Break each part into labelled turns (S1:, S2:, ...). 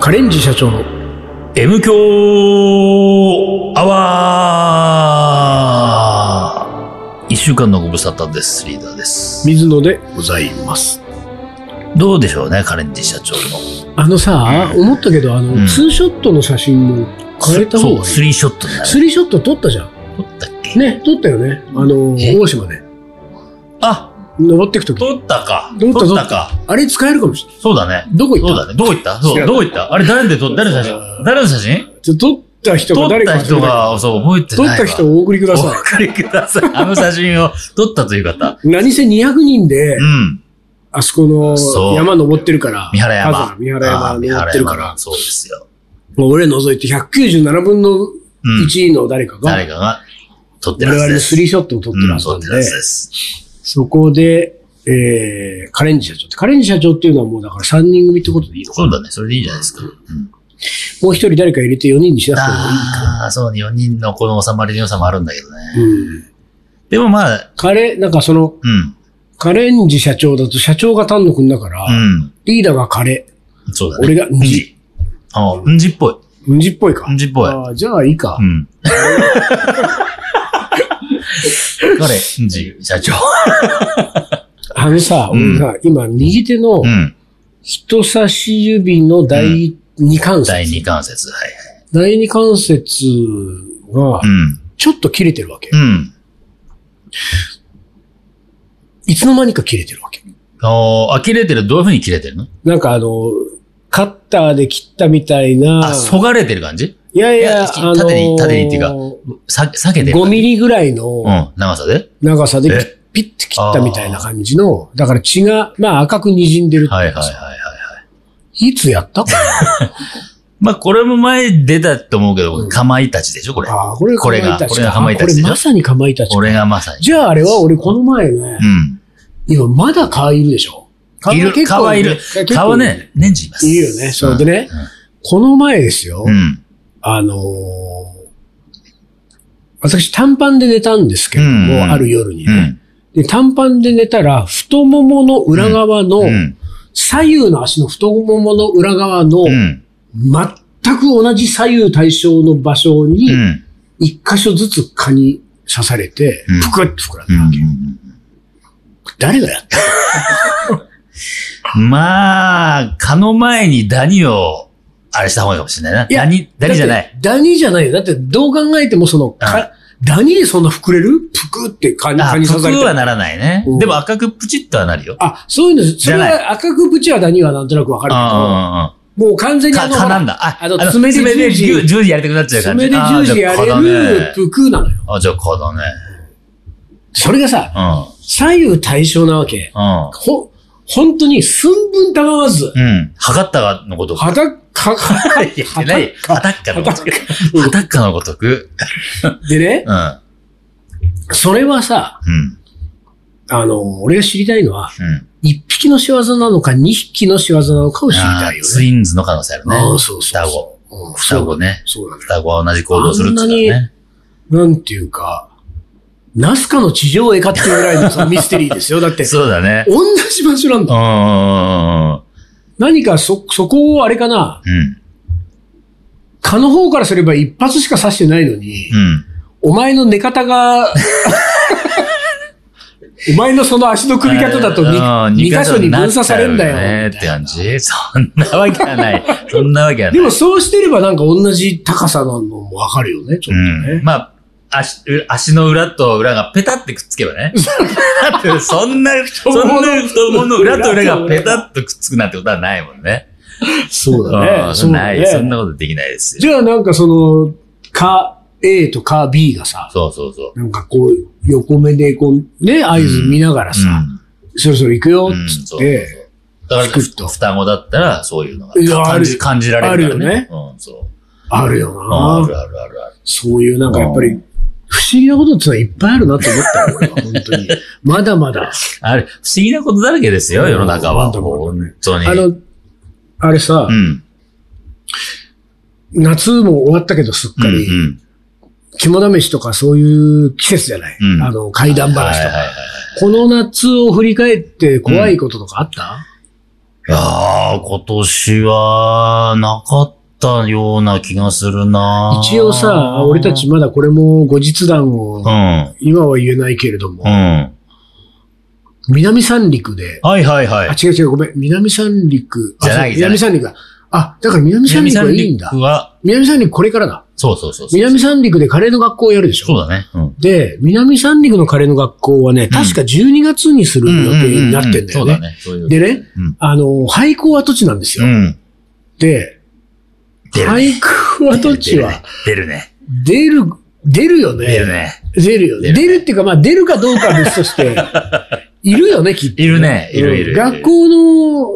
S1: カレンジ社長の
S2: M 強アワー一週間のご無沙汰です。リーダーです。
S1: 水野でございます。
S2: どうでしょうね、カレンジ社長の。
S1: あのさ、思ったけど、あの、
S2: うん
S1: ツーショットの写真も変えた方がい
S2: そう、
S1: い。
S2: スリーショットになる。
S1: スリーショット撮ったじゃん。
S2: 撮ったっけ、
S1: ね、撮ったよね。あの、
S2: え
S1: 大島で。
S2: あ、
S1: 登ってくとき。
S2: 撮ったか。
S1: 撮った
S2: 撮ったか。
S1: あれ使えるかもしれ
S2: そうだね。
S1: ない。どこ行
S2: そう
S1: った
S2: だね。どこ行ったそ
S1: 知
S2: う、
S1: らない
S2: どこ行ったあれ誰で撮誰の写真誰の写真
S1: ちょ撮った人
S2: 撮
S1: が
S2: っ
S1: 誰か
S2: た人が、そう、覚えて
S1: 撮
S2: な
S1: っ
S2: いわ。
S1: た人をお送りくだ
S2: お
S1: さ
S2: 送りください。あの写真を撮ったという方。
S1: い。何せ200人で、
S2: うん。
S1: あそこの
S2: そう
S1: 山登ってるから。
S2: 三原
S1: 火。
S2: 山
S1: 山三原
S2: あ
S1: 山
S2: ー三
S1: 登っ
S2: 原
S1: てるか
S2: 山
S1: ら。
S2: そうですよ。
S1: もう俺除いて197分の
S2: うん。
S1: 1位の誰かが、
S2: 誰かが撮って
S1: 我
S2: るは
S1: 々
S2: ず
S1: の
S2: で
S1: ス
S2: す。
S1: リーショットを撮ってるはず
S2: う
S1: なんんで
S2: 撮ってるはずです。
S1: そこで、えー、カレンジ社長って、カレンジ社長っていうのはもうだから3人組ってことでいいの
S2: そうだね。それでいいんじゃないですか。うん
S1: もう一人誰か入れて4人にしなくてもいいか
S2: ああ、そうね。4人のこの収まりの良さもあるんだけどね。
S1: ら。うん。
S2: でもまあ、
S1: カレ、なんかその、
S2: うん。
S1: カレンジ社長だと社長が丹野くんだから、
S2: うん。
S1: リーダーがカレ、
S2: そうだね。
S1: 俺が
S2: うんじ。ああ、うんじっぽい。
S1: うんじっぽいか。
S2: うんじっぽい。
S1: あーじゃあいいか
S2: う。ん。彼、うんじ、社長。
S1: あのさ、
S2: うん
S1: 俺さ、今右手の
S2: うん。
S1: 人差し指の第2関節。
S2: 第二関節。はい
S1: 第二関節が
S2: はい。う、ん。
S1: ちょっと切れてるわけ
S2: う。ん。
S1: いつの間にか切れてるわけ。
S2: ああ、切れてる。どういう風に切れてるの
S1: なんかあの、カッターで切ったみたいな。
S2: あ、そがれてる感じ
S1: いやい
S2: い
S1: や、
S2: や
S1: あの
S2: 縦に縦にっていうかさ、避けてる。
S1: 5ミリぐらいうの
S2: ん、長さで
S1: 長さで
S2: え
S1: ピッピッて切ったみたいな感じの、だから血が、まあ赤く滲んでるって
S2: はい
S1: い
S2: はいうは
S1: か
S2: い
S1: さ
S2: はいはい。
S1: いつやったか
S2: まあ、これも前に出たと思うけど、かまいたちでしょ、これ。
S1: なあーこれ
S2: これ
S1: かまい
S2: が
S1: たちか
S2: これがかまいた
S1: あこ
S2: ちで
S1: れ
S2: しょ
S1: まさにかまいたち
S2: こ。れがまさに。
S1: じゃああれは俺この前ね
S2: う、ん。
S1: 今まだ蚊いるでしょ
S2: いる、
S1: 結構
S2: 蚊はいる
S1: 結構。
S2: 蚊はね、年中います。
S1: いるよねそれでね
S2: うん。
S1: この前ですよ。
S2: うん。
S1: あのー私短パンで寝たんですけれども、
S2: うんうん
S1: ある夜に
S2: う
S1: ね、
S2: ん。
S1: で。短パンで寝たら、太ももの裏側の、
S2: うん。
S1: 左右の足の太ももの裏側の、
S2: うん。
S1: 全く同じ左右対称の場所に
S2: う、ん。
S1: 一箇所ずつ蚊に刺されて
S2: うん、
S1: ぷくって膨らん
S2: う
S1: だわけ。
S2: ん
S1: 誰がやった
S2: まあ、蚊の前にダニを、あれした方がいいかもしれないな。
S1: いや
S2: ダニ、ダニじゃない。。
S1: だってダニじゃないよ。だってどう考えてもその、かダニでそんな膨れるぷくって蚊に
S2: あ、
S1: 蚊
S2: ぷ
S1: に刺され
S2: く
S1: て
S2: は。ならないね
S1: うん。
S2: でも赤くプチッとはなるよ。
S1: あ、そういうの、それ
S2: じゃ
S1: は赤くぶちはダニはなんとなくわかる
S2: あ
S1: けど、もう完全
S2: うんうんうん。
S1: に
S2: か、
S1: あの、
S2: 蚊なんだ。あ、
S1: あの爪で
S2: 爪
S1: 十字
S2: 十十字やりたくなっちゃう感じ。
S1: 爪で十字やれ
S2: あーじゃあ蚊だ
S1: る
S2: ね
S1: ぷくなのよ。
S2: あ、じゃあ蚊だね。
S1: それがさ、
S2: うん。
S1: 左右対称なわけ。
S2: う
S1: ほ、本当に寸分たがわず、
S2: ん。うん。測ったがのごとく。
S1: はた、 か、か、
S2: いやいやない。はたっかのごとく。
S1: うん
S2: はたっかのごとく。
S1: でね、
S2: うん。
S1: それはさ、
S2: うん。
S1: あの、俺が知りたいのは、
S2: うん。
S1: 一匹の仕業なのか、二匹の仕業なのかを知り
S2: あ
S1: たいよ
S2: ーツ
S1: ね。
S2: インズの可能性あるね。
S1: ああ、そうそう
S2: 双子。
S1: そう。
S2: 双子ね。
S1: そうなんだよ。
S2: 双子は同じ行動するっていうからね。
S1: なんていうか、ナスカの地上絵かっていうぐらいのそのミステリーですよ。だって、
S2: そうだね。
S1: 同じ場所なん
S2: うん
S1: だ。何かそ、そこをあれかな、
S2: うん。うん。
S1: 蚊の方からすれば一発しか刺してないのに、
S2: うん。
S1: お前の寝方 が、お前のその足の組み方だと 2,
S2: 二
S1: 箇所に分散されんだよ。
S2: ねって感じ。そんなわけはない。そんなわけはない
S1: で。もそうしてればなんか同じ高さなのもわかるよね、ちょっと
S2: うん
S1: ね。
S2: まあ、足、う足の裏と裏がペタってくっつけ ばね。だってそんな、そん
S1: ももの
S2: な太ももの裏と裏がペタッとくっつくなんてことはないもんね。
S1: そう
S2: う
S1: だ
S2: ん
S1: ね。そうだ
S2: ない。そん
S1: ね。
S2: なことできないですよ。
S1: じゃあなんかその、か A とか B がさ、
S2: そうそうそう。
S1: なんかこう、横目でこう、ね、合図見ながらさ、そろそろ行くよ、
S2: うん
S1: っつって、
S2: うん、だ
S1: ピ
S2: か
S1: クッと
S2: ら、双子だったら、そういうのが
S1: いやあ
S2: 感
S1: る
S2: じ感じられるからね。うん、そう。
S1: あるよ
S2: あ
S1: な
S2: るあるあるある。
S1: そういうなんかやっぱり、不思議なことってのはいっぱいあるなと思った よ、俺は、本当に。まだまだ。
S2: あれ、不思議なことだらけですよ、世の中
S1: う
S2: は。
S1: ん本
S2: 本当に。
S1: あの、あれさ
S2: う、ん。
S1: 夏も終わったけどすっ
S2: うん。
S1: かり、
S2: うん
S1: 肝試しとかそういう季節じゃない、
S2: うん
S1: あの、怪談話とか。
S2: はいはいはいはい
S1: この夏を振り返って怖いこととかあった、
S2: いやー、今年は、なかったような気がするな
S1: 一応さ、俺たち、まだこれも後日談を
S2: うん、う、ん。
S1: 今は言えないけれども、
S2: は
S1: 南三陸で、
S2: いはいは
S1: あ、
S2: い。
S1: 違う違う、ごめん、南三陸、あ
S2: じゃない
S1: そう
S2: じゃな
S1: 南
S2: い
S1: 三陸だ。あ、だから南三陸はいいんだ。
S2: は、
S1: 南三陸これからだ。
S2: そうそうそうそう。
S1: 南三陸でカレーの学校をやるでしょ
S2: そうだね。うん。
S1: で、南三陸のカレーの学校はね、確か12月にする予定になってんだよ
S2: うううそうだ
S1: ね。
S2: ね。そういう。
S1: でね、
S2: うん
S1: あの、廃校跡地なんです
S2: う
S1: よ。
S2: ん。
S1: で、
S2: 出るね
S1: 廃校跡地は
S2: 出るね。
S1: 出る、出るよね。
S2: 出るね。
S1: 出るよね。
S2: 出るね
S1: 出るっていうか、まあ出るかどうかは別と して、いるよね、きっと。
S2: いるね。いるい
S1: う
S2: るい
S1: ん
S2: る。
S1: 学校の、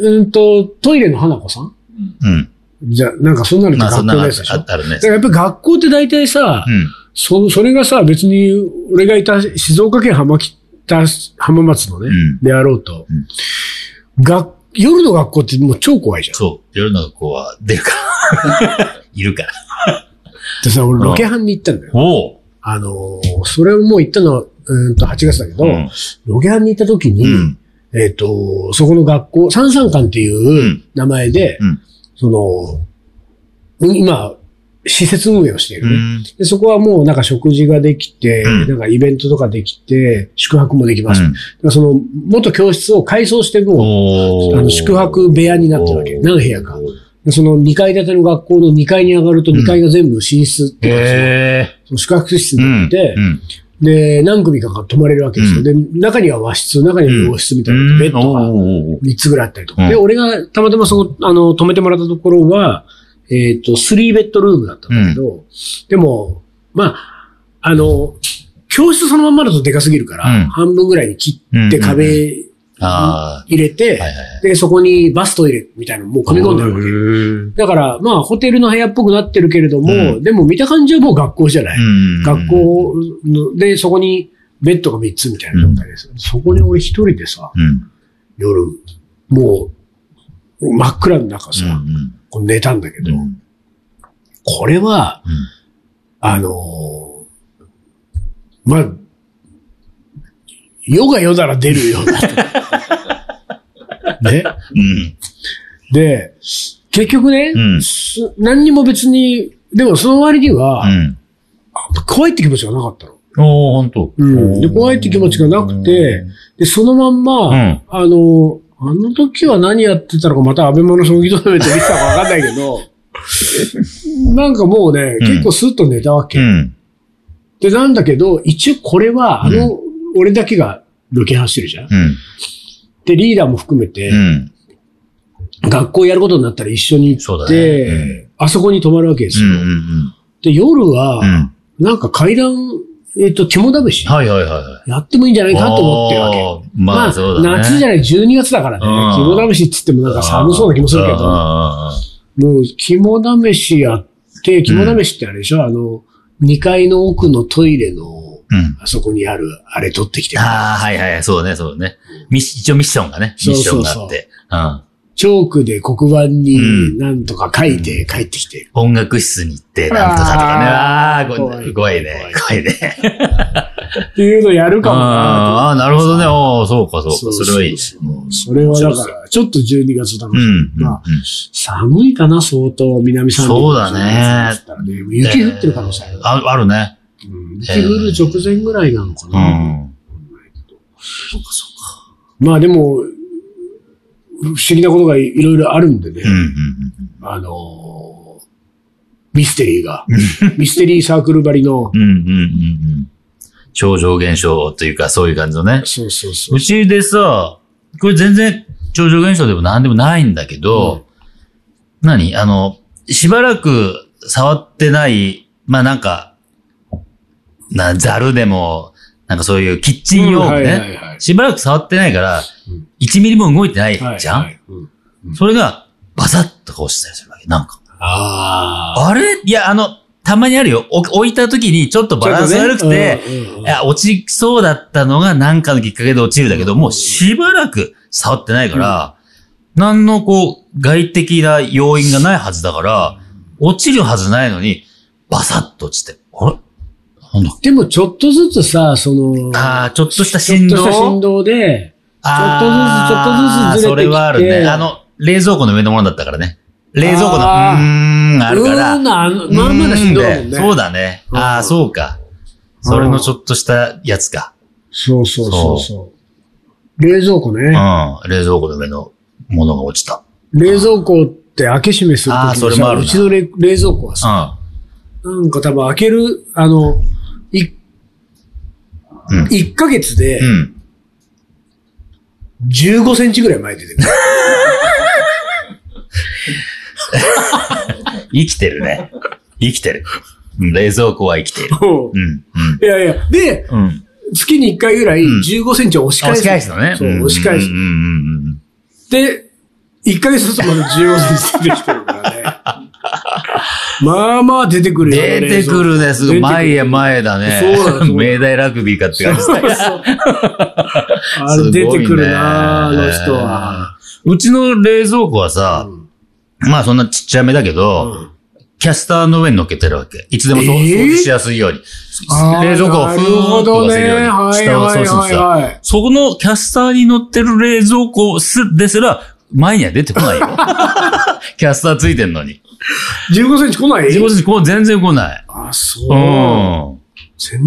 S1: うんと、トイレの花子さん
S2: うん。
S1: じゃ、なんかそんなのって
S2: まあ、そ
S1: 学
S2: ん
S1: 校
S2: な
S1: の
S2: のあ
S1: や
S2: る
S1: つでしょ。だ
S2: あるね
S1: か。らやっぱり学校って大体さ、
S2: うん。
S1: そそれがさ、別に俺がいた静岡県浜北浜松のね、
S2: うん
S1: であろうと、
S2: うん
S1: 学夜の学校ってもう超怖いじゃん。
S2: そう。夜の学校は出るから。 いるから。
S1: でさ、
S2: う
S1: 俺
S2: ん
S1: ロケハンに行ったんだよ。
S2: お
S1: あのーそれをもう行ったのは、うーんと8月だけど、
S2: うん。
S1: ロケハンに行った時に、
S2: うん。
S1: えっ、と、そこの学校、三三館って
S2: う
S1: いうん名前で、
S2: うん
S1: その、うん今、施設運営をしている
S2: う
S1: ね、
S2: ん。
S1: で。そこはもうなんか食事ができて、
S2: うん
S1: なんかイベントとかできて、宿泊もできます。その、元教室を改装してもう、あの宿泊部屋になってるわけ。何部屋か。でその2階建ての学校の2階に上がると2階が全部寝室っていうか
S2: へえ。
S1: その宿泊室
S2: う。
S1: になんって、
S2: うん。
S1: で、何組かが泊まれるわけですよ。
S2: うん
S1: で、中には和室、中には洋室みたいな、ベッドが
S2: おー
S1: 3つぐらいあったりと
S2: う
S1: か。
S2: ん
S1: で、俺がたまたまそこ、あの、泊めてもらったところは、えっと、3ベッドルームだったんだけど、でも、まあ、あの、教室そのまんまだとでかすぎるから、
S2: うん
S1: 半分ぐらいに切って
S2: うんうん
S1: 壁
S2: あ
S1: 入れ
S2: あ。はい
S1: て、
S2: はいはい。
S1: で、そこにバスト入れみたいなのもう組み込んであるわけ。
S2: る
S1: だから、まあ、ホテルの部屋っぽくなってるけれども、
S2: う
S1: でも見た感じはもう学校じゃない。
S2: うん。
S1: 学校ので、そこにベッドが3つみたいな状態です。そこに俺一人でさ、
S2: うん。うん。
S1: 夜、もう、真っ暗の中さ、
S2: うん。
S1: こう寝たんだけ
S2: う
S1: ど、
S2: ん。
S1: これは、
S2: うん
S1: あのーまあ、世が世なら出るよう な。ね。
S2: うん。
S1: で、結局ね、
S2: うん
S1: す何にも別に、でもその割には、
S2: うん。
S1: 怖いって気持ちがなかったの。
S2: おー、ほんと。
S1: うんで怖いって気持ちがなくてで、そのまんま、
S2: うん
S1: あの、あの時は何やってたのか、また安倍の将棋トーナメント見てたかわかんないけど、なんかもうね、
S2: うん
S1: 結構スッと寝たわけ。
S2: うん。
S1: で、なんだけど、一応これは、あの、
S2: う
S1: 俺だけがロケ走るじゃん。
S2: うん。
S1: で、リーダーも含めて、
S2: うん。
S1: 学校やることになったら一緒に
S2: そ
S1: 行
S2: う
S1: っ
S2: だね
S1: て、
S2: う
S1: あそこに泊まるわけです
S2: う
S1: よ。
S2: ん。うん。
S1: で、夜は、
S2: うん。
S1: なんか階段、えっ、と、肝試し、
S2: はいはいはいはい。
S1: やってもいいんじゃないかと思ってるわけ。
S2: あーまあ、そうだね。
S1: 夏じゃない、12月だからね。
S2: うん
S1: 肝試しって言ってもなんか寒そうな気もするけ
S2: うんうん
S1: ど、
S2: うんうん
S1: もう肝試しやって、肝試しってあれでしょ、あの、2階の奥のトイレの、
S2: うん。
S1: あそこにある、あれ取ってきて、
S2: ああ、はいはい、そうだね、そうだね。ミッシ一応ミッションがね、ミッションがあって。うん。
S1: チョークで黒板
S2: う
S1: に
S2: ん
S1: なんとか書いて帰ってきて。
S2: 音楽室に行って、なんとかとかね。あ
S1: あ
S2: あ
S1: ー
S2: ー、
S1: 怖
S2: 怖
S1: い
S2: い怖いね。怖いね。
S1: っていうのやるかも
S2: あーあー、
S1: な
S2: なるほどね。おーそうか、そう
S1: そう
S2: か。
S1: そう
S2: それはいい。
S1: と。それはだから、ちょっと12月だ
S2: う。
S1: なん
S2: うんう
S1: まあ
S2: ん。
S1: 寒いかな、相当、南三陸
S2: そうだね。
S1: 雪降ってる可能性ある。
S2: ああるね。
S1: うん雪降る直前ぐらいなのか
S2: う
S1: な。
S2: ん。
S1: まあでも、不思議なことがいろいろあるんでね、
S2: うんうんうん。
S1: あのーミステリーが、ミステリーサークルばりの
S2: う、んうんうんうん。超常現象というか、そういう感じのね。
S1: そうそうそう
S2: う。ちでさ、これ全然超常現象でも何でもないんだけど、何あの、しばらく触ってない、まあなんか、な、ザルでも、なんかそういうキッチン用
S1: うんは
S2: 具ね、
S1: いはいはい
S2: しばらく触ってないから
S1: うん、
S2: 1ミリも動いてないじゃん、
S1: はいはいうん
S2: それが、バサッとこうしたりするわけ。なんか。
S1: ああ。
S2: あれいや、あの、たまにあるよ。お置いた時にちょっとバランス悪くて、
S1: うんうんうん
S2: いや、落ちそうだったのが何かのきっかけで落ちるだけど、もうしばらく触ってないから、何のこう、外的な要因がないはずだから、落ちるはずないのに、バサッと落ちて、あれなんだ
S1: でもちょっとずつさ、その、
S2: ああ、ちょっとした
S1: ちょっ
S2: 振
S1: とした
S2: 動
S1: 振動で、
S2: あ
S1: ちょっとずつちょっとずつずれてきて
S2: それはあるね。あの、冷蔵庫の上のものだったからね。冷蔵庫の、うー
S1: あー
S2: ん、あるから。
S1: うーんあの
S2: うーん
S1: まあまだしんどいもんね。
S2: でそうだね。
S1: うん
S2: ああ、そうか。それのちょっとしたやつか。
S1: そうそうそうそう。冷蔵庫
S2: うん
S1: ね。。
S2: 冷蔵庫の上のものが落ちた。
S1: 冷蔵庫って開け閉めする
S2: あー
S1: と
S2: それ
S1: き
S2: もあるな
S1: うちのれ冷蔵庫はさ、なんか多分開ける、あの、い、
S2: うん。うん。
S1: 1ヶ月で
S2: うん。
S1: 15センチぐらい前に出てくる。
S2: 生きてるね。生きてる。うん冷蔵庫は生きている。うん。
S1: いやいや、で、
S2: うん。うん。
S1: 月に1回ぐらい
S2: うん
S1: 15センチを押し返
S2: 押
S1: す。
S2: し返すのね。
S1: そ
S2: ん
S1: う、押し返す
S2: うん。うんうんうん。
S1: で、1ヶ月ずつまで15センチ出てきてるからね。まあまあ出てくるよね。
S2: 出てくるね。すごい。前へ前へだね。
S1: そうなんです
S2: 明大ラグビーかって
S1: 冷
S2: 感
S1: 蔵庫。そうそうあれ
S2: じ。
S1: 出てくるな、あ
S2: すごいね
S1: の人は。。
S2: うちの冷蔵庫はさ、まあそんなちっちゃめだけど、
S1: うん
S2: キャスターの上に乗っけてるわけ。いつでもそう
S1: えー
S2: 掃除しやすいように。
S1: あー
S2: 冷蔵庫を
S1: な
S2: ふ
S1: る
S2: ー
S1: ほ
S2: っと
S1: どね
S2: かせるように。
S1: はい
S2: 下を
S1: は
S2: そう
S1: い
S2: すると
S1: はい
S2: さ、
S1: はい。
S2: そこのキャスターに乗ってる冷蔵庫すですら、前には出てこな いよ。キャスターついてんのに。
S1: 15センチ来ない
S2: 自分たちこう全然来ない。
S1: あ、
S2: う
S1: そう。
S2: ん。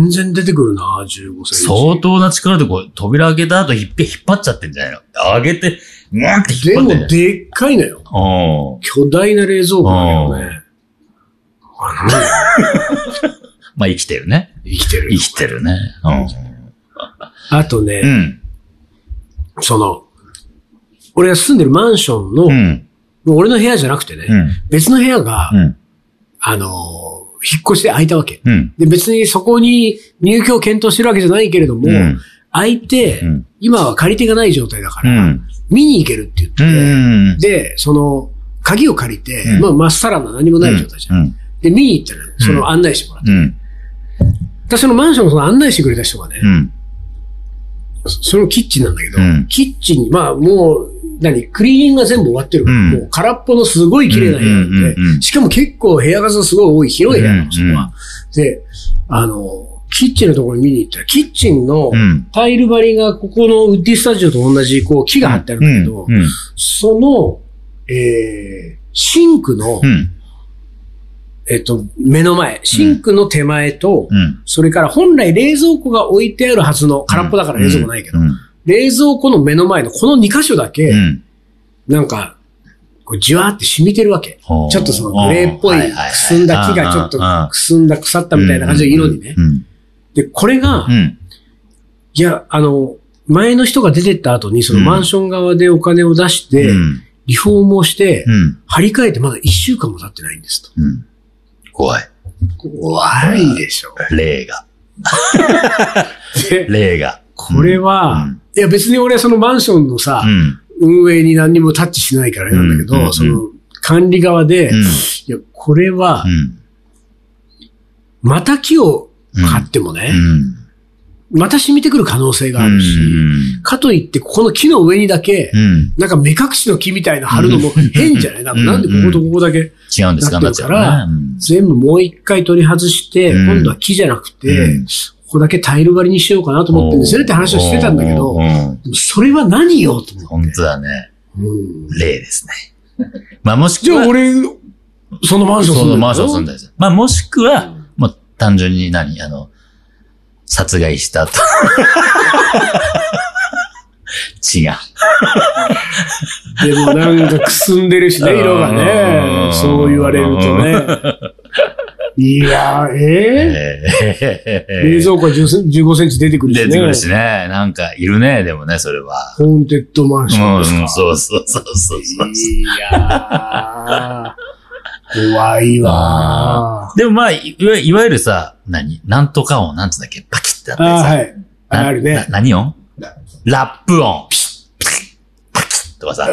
S1: 全然出てくるな、15センチ。
S2: 相当な力でこう、扉開けた後引っぺ引っ張っちゃってんじゃないの上げて、うわーって
S1: で
S2: 引っ張ってんじゃ
S1: も、
S2: ない
S1: でっかいのよ。
S2: のうん。
S1: 巨大な冷蔵庫だよね。あのね
S2: まあ生きてるね。
S1: 生きてる
S2: 生。きてるね。
S1: あと
S2: うん。う
S1: ね、
S2: ん。
S1: その、俺が住んでるマンションの、
S2: う
S1: も
S2: ん。
S1: う俺の部屋じゃなくてね、
S2: うん。
S1: 別の部屋が、
S2: うん。
S1: あのー、引っ越して空いたわけ。
S2: うん。
S1: で、別にそこに入居を検討してるわけじゃないけれども、
S2: うん
S1: 空いて、
S2: うん
S1: 今は借り手がない状態だか
S2: う
S1: ら、
S2: ん。
S1: 見に行けるって言って、
S2: うん。
S1: で、その、鍵を借りて、
S2: うん
S1: まあ、まっさらな何もない状態じゃん。
S2: うん。
S1: で、見に行ったのよ。その案内してもらって。
S2: うん。
S1: 私のマンションのその案内してくれた人がね、
S2: うん。
S1: そそのキッチンなんだけど、
S2: うん
S1: キッチンに、まあもう、何、クリーニングが全部終わってるから、
S2: うん
S1: もう空っぽのすごい綺麗な部屋なんで、
S2: うんうんうんうん
S1: しかも結構部屋数すごい多い広い部屋な
S2: うん
S1: の、そこは。で、あの、キッチンのところに見に行ったら、キッチンの
S2: うん
S1: タイル張りがここのウッディスタジオと同じこう木が張ってあるんだけど、
S2: うん。うん
S1: その、えー、シンクの、
S2: うん。
S1: えっと、目の前、シンクの手前と、
S2: うん。
S1: それから本来冷蔵庫が置いてあるはずの、空っぽだから冷蔵庫ないけど
S2: う、ん。
S1: 冷蔵庫の目の前のこの2箇所だ
S2: う
S1: け、
S2: ん。
S1: なんか、こうじわーって染みてるわけ。ち
S2: ほ
S1: ょ
S2: う
S1: っとそのグレーっぽい
S2: はいはいはい
S1: くすんだ木がちょっと
S2: あああ
S1: くすんだ腐ったみたいな感じの色にね
S2: う。ん。
S1: で、これが
S2: う、ん。
S1: いや、あの、前の人が出てった後に、そのマンション側でお金を出し
S2: う
S1: て、
S2: ん。
S1: リフォームをして
S2: う、ん。
S1: 張り替えてまだ1週間も経ってないんですと。
S2: うん。怖い。
S1: 怖いでしょ。
S2: 霊が。
S1: で
S2: 霊が。
S1: これは
S2: うん、
S1: いや別に俺そのマンションのさ
S2: う、ん。
S1: 運営に何にもタッチしないからあれなんだけ
S2: うんうんう
S1: ど、
S2: ん
S1: その管理側で、
S2: うん。
S1: いや、これは
S2: う、ん。
S1: また木を買ってもね、
S2: うん。
S1: また染みてくる可能性があるし、かといって、ここの木の上にだけ、
S2: うん。
S1: なんか目隠しの木みたいな貼るのも変じゃないなんかなんでこことここだけ、
S2: 違うんですかなっちゃうな。
S1: 全部もう一回取り外して、
S2: うん
S1: 今度は木じゃなく
S2: う
S1: て
S2: ん、
S1: ここだけタイル張りにしようかなと思ってるんですよねって話をしてたんだけど、
S2: ど。
S1: それは何よと思って
S2: 本。当だね。
S1: うん
S2: 霊ですね。 まあもし
S1: じ
S2: く
S1: ゃ
S2: は
S1: あ、俺、そのマンション住
S2: そ
S1: んで
S2: の
S1: る
S2: マンション住
S1: で
S2: んでるんですよまあもしくは、もう単純に何あの、殺害した と。血が。
S1: でもなんかくすんでるしね、色が
S2: う
S1: ね。
S2: ん
S1: そう言われるとね。 いやー、えー、冷
S2: 冷
S1: 蔵庫は10セン15センチ出てくるしね。
S2: 出てくるしね。なんかいるね、でもね、それは。
S1: ホーンテッドマン
S2: う
S1: ション
S2: ん、う
S1: ですか。
S2: んそうそうそうそうそう。
S1: いやー、怖いわ
S2: でもまあ、いわいわゆるさ、何なんとか音、なんつうんだっけパキッてあ
S1: ー。
S2: ったり
S1: あ
S2: さ。
S1: ーはい。
S2: な
S1: ある
S2: な
S1: ね。
S2: 何音
S1: ラ
S2: ラップ音。ピッ、ピッ、パキッとかさ。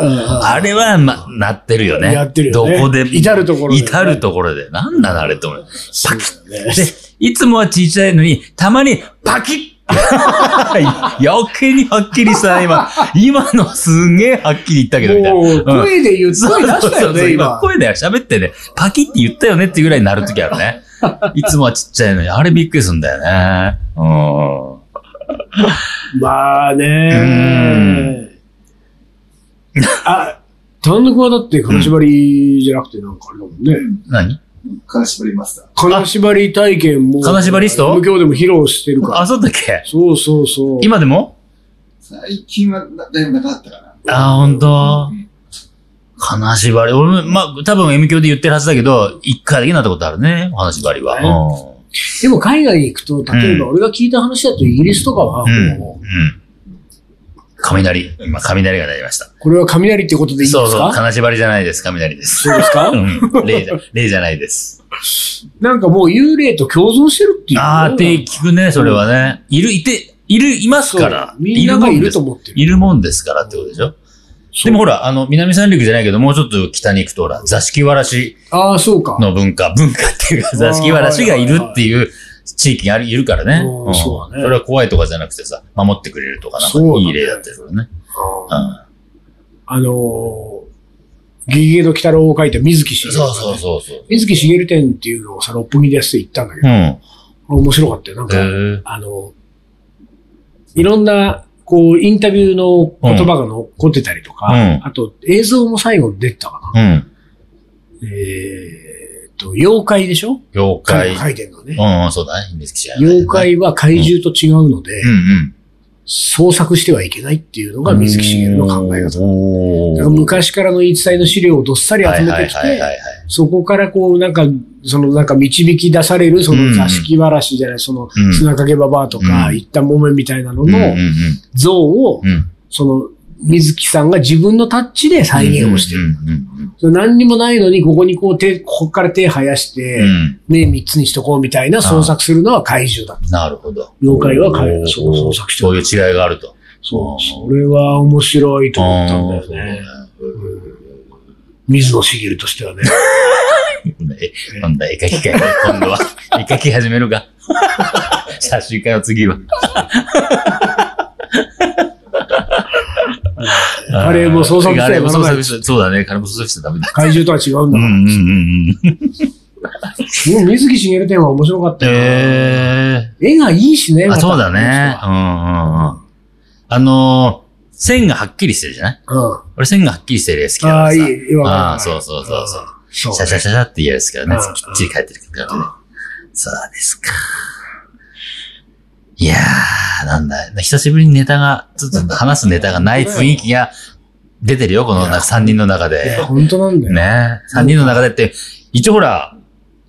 S2: あれは、ま、なってるよね。
S1: やってるよね
S2: どこでも。
S1: 至る所でね
S2: 至るところで。なんなのあれって思う。
S1: そうだよね
S2: で、いつもは小さいのに、たまにパキッ 余計にはっきりした、今。今のすんげえはっきり言ったけど、みたいな。
S1: もう、
S2: うん
S1: 声で言う、声出
S2: そう
S1: したよ
S2: そうそう
S1: ね、
S2: 今
S1: 今。
S2: 声で喋ってね、パキって言ったよねっていうぐらいになるときあるね。いつもはちっちゃいのに、あれびっくりすんだよね。うん。
S1: まあね。あ、単独はだって金縛りじゃなくてなんかあれだもんね。
S2: 何
S3: 金縛りマスター。
S1: 金縛り体験も。
S2: 金縛りスト
S1: 無教でも披露してるから。
S2: あ、そうだっけ
S1: そうそうそう。
S2: 今でも
S3: 最近はな、だいぶなかったかな。
S2: あーほんと
S3: うん
S2: 金縛り。俺も、まあ、多分 M 教で言ってるはずだけど、一回だけなったことあるね、金縛りは。
S1: ね
S2: うん
S1: でも海外行くと、例えば
S2: う
S1: 俺が聞いた話だとイギリスとかは、
S2: うん。
S1: も
S2: うん。雷。今、雷が鳴りました。
S1: うこれは雷ってことでいいです
S2: そうそう。
S1: か
S2: 金縛りじゃないです。雷です。
S1: そうですか
S2: うん。霊 じゃ、霊じゃないです。
S1: なんかもう幽霊と共存してるっていう。
S2: あーって聞くね、それはね。いる、いて、いる、いますから
S1: そう。みんながいると思
S2: もんです
S1: ってる。
S2: いるもんですからってことでしょ
S1: そう
S2: でもほら、あの、南三陸じゃないけど、もうちょっと北に行くと、ほら、座敷わらし
S1: ああ、そうか。
S2: の文化、文化っていうか、
S1: あー
S2: 座敷わらしがいるっていう地域があるいるからね。
S1: うんそうだね
S2: それは怖いとかじゃなくてさ、守ってくれるとか、なんか
S1: そうだね
S2: いい例だったりするね。うん
S1: あのー、ゲゲゲの鬼太郎を書いた水木しげる。
S2: そうそうそうそう。
S1: 水木しげる展っていうのをさ、六本木でやって行ったんだけ
S2: う
S1: ど、
S2: ん。へ
S1: 面白かったよ。なんか、
S2: え。
S1: あの、いろんな、こう、インタビューの言葉が残ってたりとか、
S2: うん
S1: あと映像も最後に出てたかな。
S2: うん。
S1: えーっと、妖怪でしょ
S2: 妖怪。
S1: 書いてるのね。
S2: うん、そうだね。秘密基地やね
S1: 妖怪は怪獣と違うので、
S2: うんうん。
S1: 創作してはいけないっていうのが水木しげるの考え方。
S2: お
S1: だから
S2: ー
S1: 昔からの言い伝えの資料をどっさり集めてき
S2: はいはいはいは
S1: て、
S2: いはい。
S1: そこからこう、なんか、そのなんか導き出される、その座敷わらしじゃない、その
S2: うん
S1: 砂掛けばばあとか、
S2: うん
S1: 一旦もめみたいなの
S2: うんうん
S1: の像を
S2: う、ん。うん。
S1: その、水木さんが自分のタッチで再現をしてる。
S2: る。うんうん
S1: それ何にもないのに、ここにこう手、ここから手生やし
S2: うん。う
S1: て、目
S2: ん。
S1: 三つにしとこうみたいな創作するのは怪獣だ。
S2: なるほど。
S1: 妖怪は怪
S2: おー
S1: そう創作して
S2: そういう違いがあると。
S1: そう。それは面白いと思ったんだよね。
S2: あ
S1: 水野茂としてはね。
S2: ーそうだねえ今度は絵描き会だ今度は絵描き始めるか。写真会を次は。
S1: カレーも創作して
S2: あれも創作してそうだね。カレーも創作してダメだ。
S1: 怪獣とは違うん
S2: う
S1: だ
S2: ん
S1: から。
S2: うんうんう
S1: も
S2: ん。
S1: う水木しげる展は面白かったよ。
S2: えー。
S1: 絵がいいしね。ま
S2: あ、
S1: た
S2: そうだね。うんうんうん。あのー、線がはっきりしてるじゃない
S1: うん。あ
S2: 俺線がはっきりしてるやつ好きだから
S1: あー、い
S2: さ。
S1: い。わかる
S2: ああ、そうそうそうそう。
S1: そう。
S2: シャシャシャシャって言うやつからね
S1: う、ん
S2: きっちり書いてるからね。そうですか。いやー、なんだ、久しぶりにネタが、ちょっと話すネタがない雰囲気が出てるよ、この3人の中
S1: い
S2: で
S1: や、。本当なんだよ。
S2: ね3人の中でって、一応ほら、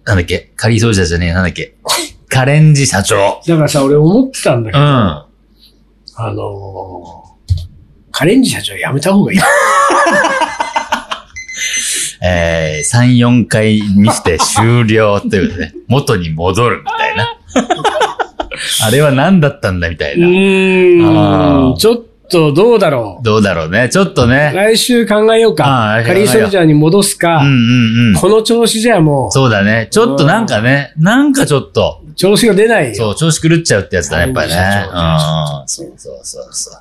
S2: なんだっけ、仮奏者じゃねえ、なんだっけ、カレンジ社長。
S1: だからさ、俺思ってたんだけ
S2: う
S1: ど、
S2: ん。
S1: あのー、カレンジ社長やめた方がいい。
S2: えー、3、4回見して終了というね、元に戻るみた いな。あれは何だったんだみたいな。あ
S1: ー
S2: ー
S1: ちょっとどうだろう。
S2: どうだろうね。ちょっとね。
S1: 来週考えようか
S2: あ。ー
S1: カリーソルジャーに戻す
S2: う
S1: か
S2: んう、んうん。
S1: この調子じゃも
S2: そうだね。ちょっとなんかね、なんかちょっと、
S1: う、調子が出ないよ。
S2: そう、調子狂っちゃうってやつだね、やっぱりね。うんうん。そうそうそうそう。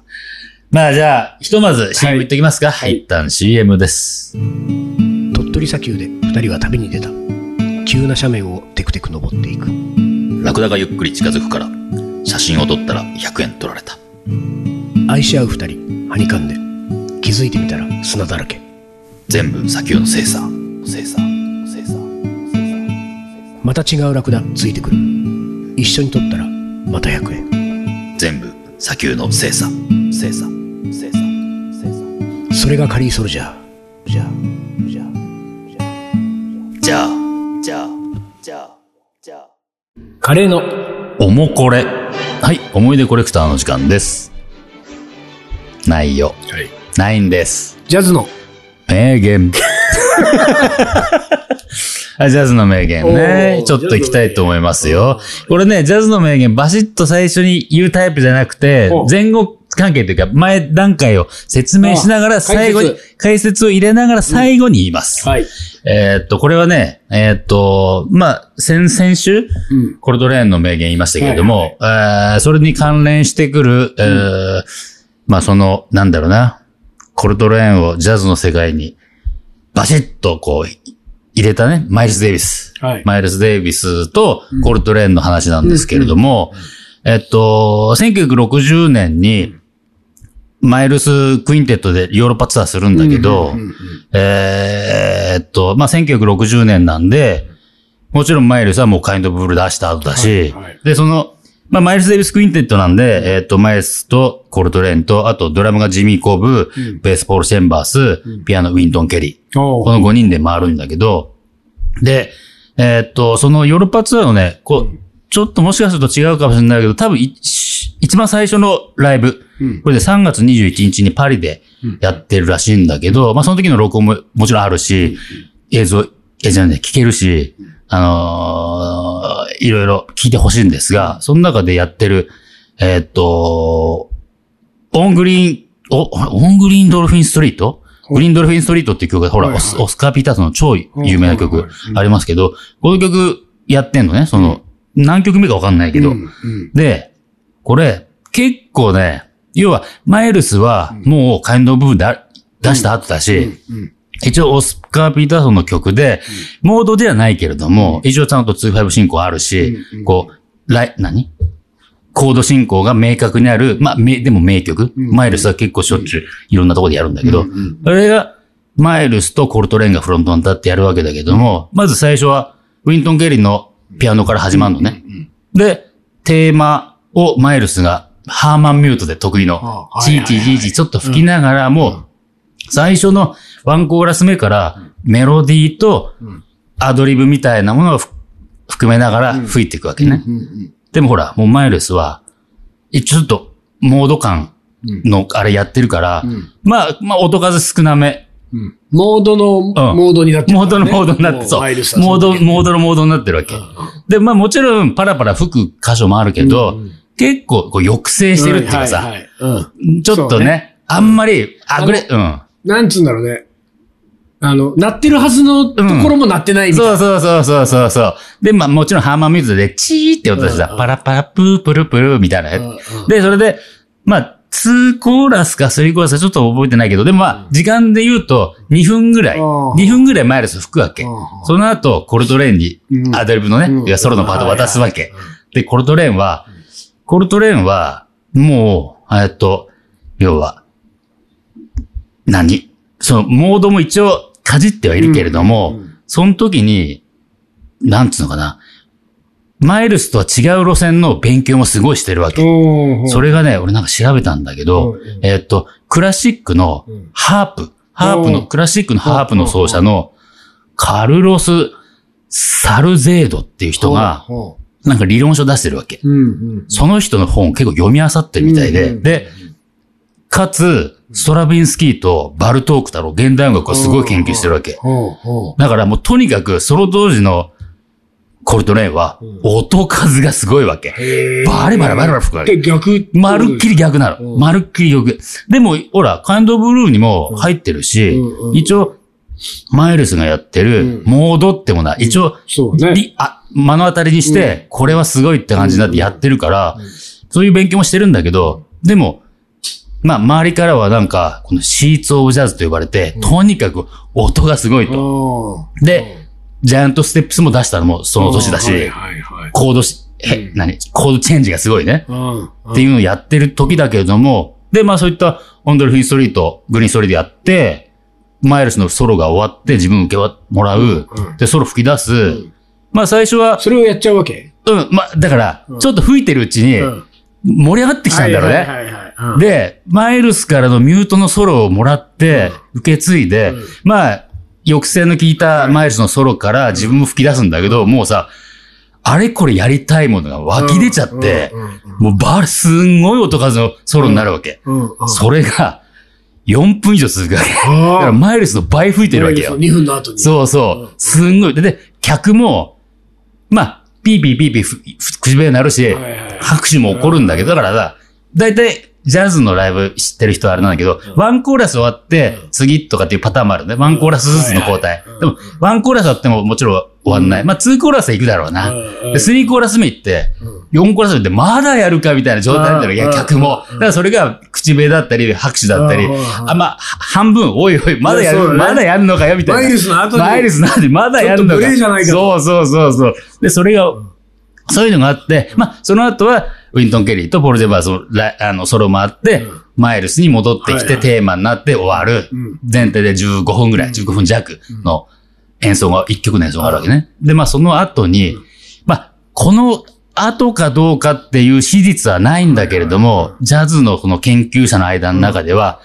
S2: まあじゃあ、ひとまず CM いっときますか。
S1: い
S2: 一旦 CM です。
S1: 鳥取砂丘で二人は旅に出た。急な斜面をテクテク登っていく。
S2: ラクダがゆっくり近づくから、写真を撮ったら100円取られた。
S1: 愛し合う二人、はにかんで。気づいてみたら砂だらけ。
S2: 全部砂丘の精査。精査。精査。精査。
S1: また違うラクダついてくる一緒に取ったらまた100円
S2: 全部砂丘の精査精査精査精査
S1: それがカリーソルジャーじゃあじゃあ
S2: じゃあじゃあじゃあじゃあ
S1: カレーの
S2: おもこれはい思い出コレクターの時間ですないよ、ないんです
S1: ジャズの
S2: 名言 あジャズの名言ね
S1: おー
S2: ちょっといきたいと思いますよ
S1: ジャズの名言
S2: これねジャズの名言バシッと最初に言うタイプじゃなくて
S1: お
S2: 前後関係というか前段階を説明しながら最後に
S1: 解
S2: 解説を入れながら最後に言います、
S1: はい、
S2: えーっと、これはね、えーっと、まあ、先々週、
S1: うん、
S2: コルトレーンの名言言いましたけれども、えーそれに関連してくる、えーまあ、その、なんだろうな、コルトレーンをジャズの世界に、バシッとこう、入れたね、マイルス・デイビス。
S1: はい
S2: マイルス・デイビスとコルトレーンの話なんですけれども、えっと、1960年に、マイルス・クインテットでヨーロッパツアーするんだけど、
S1: うんうんうん
S2: えーっと、まあ、1960年なんで、もちろんマイルスはもうカインドブルー出した後だし、
S1: はいはい
S2: で、その、まあ、マイルス・デイビス・クインテットなんで、えーっと、マイルスとコルトレーンと、あとドラムがジミー・コブ、
S1: うん
S2: ベース・ポール・チェンバース、
S1: ん
S2: ピアノ・ウィントン・ケリー。
S1: お
S2: こ
S1: ー
S2: の5人で回るんだけど、で、えーっと、そのヨーロッパツアーのね、こう、ちょっともしかすると違うかもしれないけど、多分い一番最初のライブ、
S1: うん
S2: これで3月21日にパリでやってるらしいんだけど、まあその時の録音ももちろんあるし、映像、映像じゃない、聞けるし、あのーいろいろ聞いてほしいんですが、その中でやってる、えーっと、オングリーン、お、オングリーンドルフィンストリートグリーンドルフィンストリートっていう曲が、ほら、
S1: はい
S2: オ
S1: はい
S2: スオスカー・ピーターソンの超有名な
S1: はい
S2: 曲
S1: はい
S2: ありますけど、この曲やってんのね、その、何曲目かわかんないけど、
S1: うんうん
S2: で、これ、結構ね、要は、マイルスは、もう、カインド部分であ出した後だし、
S1: うん
S2: 一応、オスカー・ピーターソンの曲で、モードではないけれども、一応ちゃんと2-5進行あるし、
S1: うんうん
S2: こう、ライ、何コード進行が明確にある、まあ、め、でも名曲。
S1: うん
S2: マイルスは結構しょっちゅう、いろんなところでやるんだけど、
S1: うんうん
S2: あれが、マイルスとコルトレーンがフロントに立ってやるわけだけども、まず最初は、ウィントン・ケリーのピアノから始まるのね。で、テーマをマイルスが、ハーマンミュートで得意の
S1: あ、はい
S2: チ
S1: はい
S2: ー
S1: はい
S2: チーチーチーちょっと吹きながら、もう、最初のワンコーラス目から、メロディーと
S1: ん
S2: アドリブみたいなものをふ含めながら吹いていくわけね。
S1: うんうん
S2: でもほら、もうマイルスは、えちょっと、モード感のあれやってるから、
S1: ん
S2: まあ、まあ、音数少なめ。
S1: うんモードのモードになってる
S2: モ
S1: か
S2: ード
S1: ら
S2: の
S1: ね
S2: モードになっ
S1: も
S2: て、
S1: う
S2: そう。モ
S1: マイルスはそ
S2: ード、
S1: の時
S2: モードのモードになってるわけ。で、まあもちろん、パラパラ吹く箇所もあるけど、結構、こう、抑制してるっていうか
S1: は
S2: さ、
S1: いはいはいうん
S2: ちょっ
S1: そ
S2: と
S1: う
S2: ね、あんまり、あぐれ、うん。
S1: なんつうんだろうね。あの、鳴ってるはずのところも鳴ってないみたいな。
S2: そうそうそうそうそうそう。で、まあもちろんハーマンミューズでチーって音して
S1: うん
S2: た
S1: う。ん
S2: パラパラプープルプルみたいな
S1: うんう
S2: や
S1: ん
S2: つ。で、それで、まあ、2コーラスか3コーラスかちょっと覚えてないけど、でもまあ、時間で言うと2分ぐらい、
S1: うん
S2: 2分ぐらいマイルス吹くわけ
S1: うん。
S2: その後、コルトレーンに
S1: うん
S2: アドリブの
S1: うん
S2: ね、いやソロのパート渡すわけ。で、コルトレーンは、コルトレーンは、もう、えっと、要は、何その、モードも一応、かじってはいるけれども、
S1: うんうん
S2: その時に、なんつうのかな、マイルスとは違う路線の勉強もすごいしてるわけ。
S1: うん
S2: それがね、俺なんか調べたんだけど、
S1: うんうん
S2: えっと、クラシックの
S1: うん
S2: ハープ、ハープ
S1: う
S2: の、
S1: ん
S2: クラシックのハープの奏者の、カルロス・サルゼードっていう人が、
S1: うんうん
S2: なんか理論書出してるわけ。
S1: うんうん
S2: その人の本を結構読み漁ってるみたいで、
S1: うん
S2: で、かつ、ストラビンスキーとバルトーク太郎、現代音楽をすごい研究してるわけ。
S1: ほうほ
S2: だからもうとにかく、その当時のコルトレーンは、音数がすごいわけ。
S1: うへー
S2: バレバレバレバレ吹くわけ
S1: で、。逆。
S2: まるっきり逆な
S1: う
S2: の。
S1: ん
S2: まるっきり逆。でも、ほら、カインドブルーにも入ってるし
S1: うんう、ん
S2: 一応、マイルスがやってる、
S1: うん
S2: モードってもな、一応、
S1: そうね。
S2: りあ、目の当たりにして、これはすごいって感じになってやってるから、そういう勉強もしてるんだけど、でも、まあ、周りからはなんか、このシーツ・オブ・ジャズと呼ばれて、とにかく音がすごいと。
S1: あ
S2: で、ジャイアント・ステップスも出したのもその年だ
S1: あはい
S2: し、
S1: はいはい。
S2: コードし、え、何コードチェンジがすごいね。
S1: うんうん
S2: っていうのをやってる時だけれども、で、まあそういったオンドルフィンストリート、グリーンストリートやって、マイルスのソロが終わって自分受けもらう、
S1: うん
S2: で、ソロ吹き出す、まあ最初は、
S1: それをやっちゃうわけ
S2: うん、まあだから、ちょっと吹いてるうちに
S1: うん
S2: 盛り上がってきたんだろうね。
S1: はいはいはいはいうん
S2: で、マイルスからのミュートのソロをもらって、受け継いで、まあ、抑制の効いたマイルスのソロから自分も吹き出すんだけど、もうさ、あれこれやりたいものが湧き出ちゃって
S1: うんうんうん、
S2: もうバー、すんごい音数のソロになるわけ。
S1: うんうん
S2: それが、4分以上続くわけ。だ
S1: あ
S2: からマイルスの倍吹いてるわけよ。
S1: 2分の後に。
S2: そうそう。すんごい。で、で客も、まあ、ピーピーピーピーふ、ふ口笛になるし、
S1: はいはい
S2: 拍手も起こるんだけど、だからさ、だいたいジャズのライブ知ってる人はあれなんだけど、ワンコーラス終わって、次とかっていうパターンもあるね。ワンコーラスずつの交代。でも、ワンコーラスあってももちろん終わんない。まあ、ツーコーラスは行くだろうな。
S1: うん
S2: で、スリーコーラス目行って、4コーラス目ってまだやるかみたいな状態になってるわけ
S1: うん
S2: 客も。だからそれが口笛だったり、拍手だったり
S1: うん、
S2: あ、まあ、は半分、おいおい、まだや
S1: いや
S2: る、
S1: そうだね
S2: まだやるのかよみたいな。
S1: マイルスの後に
S2: マイルスなんで、まだやる
S1: ち
S2: のか。
S1: ょっと無礼じゃないかと
S2: そうそうそうそう。で、それが、そういうのがあって、まあ、その後は、ウィントン・ケリーとポール・ジェバースのラあのソロもあって、
S1: うん
S2: マイルスに戻ってき
S1: はいは
S2: て
S1: い
S2: テーマになって終わる。
S1: うん。
S2: 前提で15分ぐらい、
S1: うん
S2: 15分弱の演奏が、1曲の演奏があるわけね。で、まあその後に
S1: うん、
S2: まあこの後かどうかっていう史実はないんだけれど
S1: はいはい
S2: も、ジャズのこの研究者の間の中では、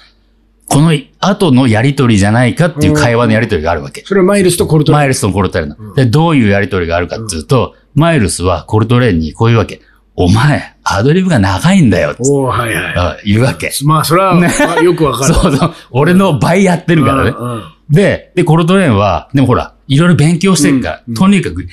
S2: この後のやりとりじゃないかっていう会話のやりとりがあるわけ。
S1: それはマイルスとコルト
S2: マ
S1: レ
S2: イルスとコルトレーン
S1: うん
S2: の。で、どういうやりとりがあるかっていうと、マイルスはコルトレーンにこういうわけ。お前、アドリブが長いんだよって
S1: ーン。おーはいは
S2: あ言うわけ。
S1: い。まあ、それは、まあよくわかる。
S2: そうそう。俺の倍やってるからね。
S1: うんうん
S2: で、で、コルトレーンは、でもほら、いろいろ勉強してるから、
S1: うんうん
S2: とにかく、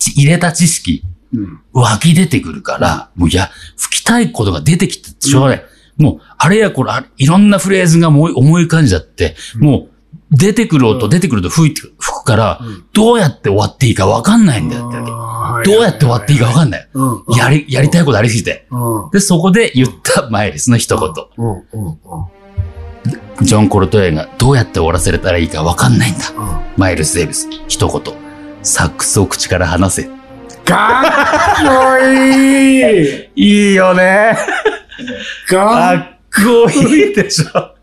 S2: ち入れた知識、
S1: うん
S2: 湧き出てくるから、もういや、吹きたいことが出てきて、しょうがない。もう、あれやこれ、あれいろんなフレーズが思い思い浮かんじゃって、もう、出てくる音、
S1: うん
S2: 出てくると吹いて、吹くから
S1: ん、
S2: どうやって終わっていいかわかんないんだよってわけ。
S1: あー
S2: どうやって終わっていいかわかんない。
S1: うんうん
S2: やり、やりたいことありすぎて。
S1: うん
S2: で、そこで言ったマイルスの一言。
S1: うんうんうん
S2: ジョン・コルトレーンがどうやって終わらせれたらいいかわかんないんだ。
S1: うん
S2: マイルス・デイビス、一言。サックスを口から離せ。
S1: かっこいい
S2: いいよね。か
S1: か
S2: っこいいでしょ。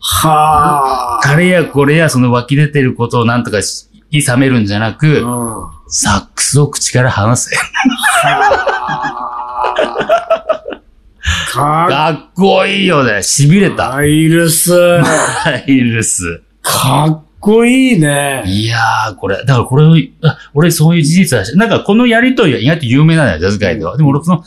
S1: は
S2: あれやこれやその湧き出てることをなんとかし、いさめるんじゃな
S1: ーう
S2: く、
S1: ん
S2: サックスを口から離せ。
S1: はーかっ
S2: かっこいいよね。痺れた。
S1: マイルス。
S2: マイルス。
S1: かっこいいね。
S2: いやー、これ、だからこれを、あ俺そういう事実は知なんかこのやりとりは意外と有名なんだよ、ジャズ界では。でも俺その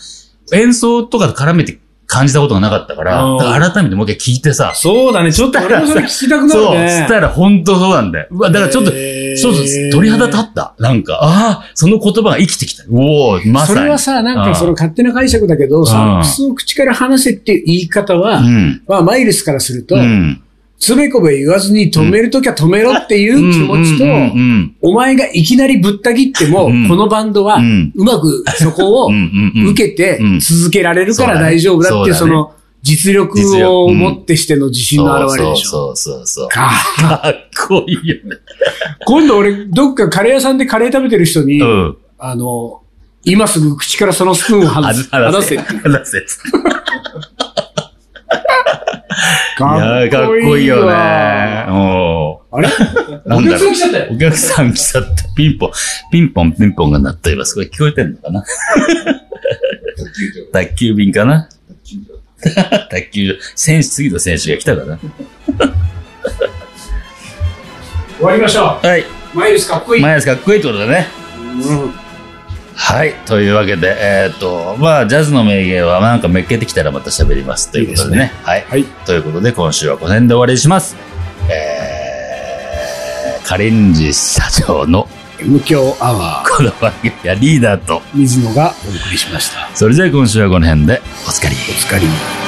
S2: 演奏とかと絡めて感じたことがなかったから、
S1: うん
S2: だから改めてもう一回聞いてさ、
S1: そうだね。ちょっと俺もそれ聞きたくな
S2: そう、
S1: るね。
S2: したら本当そうなんだよ。うわ、だからちょっと、
S1: えー
S2: そうそう、鳥肌立った。なんか、ああ、その言葉が生きてきた。おおまさ
S1: そ
S2: に。
S1: れはさ、なんかその勝手な解釈だけど、サックスを口から話せっていう言い方は
S2: う、ん。
S1: まあ、マイルスからすると
S2: う、ん。
S1: つべこべ言わずに止めるときは止めろっていう気持ちと
S2: うん、うん
S1: お前がいきなりぶった切っても、
S2: うん
S1: このバンドは
S2: う、ん。
S1: うまくそこを
S2: うんうんうん。
S1: 受けて
S2: うん
S1: 続けられるから大丈夫だっていう、
S2: そ
S1: そう
S2: だね
S1: の実力を持ってしての自信の表れでしょ。
S2: そうそうそうそう。か
S1: か
S2: っこいいよね。
S1: 今度俺、どっかカレー屋さんでカレー食べてる人に、
S2: うん。
S1: あの、今すぐ口からそのスプーンを離す。離せ。
S2: 話せ。い
S1: か
S2: や
S1: っ
S2: ーかっこ
S1: こい
S2: いい
S1: い
S2: よ
S1: よ
S2: ね。
S1: あ
S2: お
S1: れ
S2: な
S1: お
S2: んだろ
S1: 客
S2: う
S1: さん来ちゃったよ。
S2: ーお客さん来ちゃった。ピンポン、ピンポン、ピンポンが鳴っています。これ聞こえてんのかな
S3: 卓球場、
S2: 卓球便かな
S3: 卓球場。
S2: 卓球、選手、次の選手が来たかな
S1: 終わりましょ
S2: はい。
S1: う。マイルスかっこいい。
S2: マイナスかっこいいってことだね。
S1: うん
S2: はい。というわけで、えーっ、と、まあ、ジャズの名言はなんかめっけてきたらまた喋ります。ということでね。
S1: いい
S2: はい。
S1: はい
S2: ということで、今週はこの辺で終わりにします。えー、カレンジ社長の
S1: 無教アワ
S2: この番組はリーダーと、
S1: ー、水野がお送りしました。
S2: それじゃあ今週はこの辺で、おつかり。
S1: お疲れ。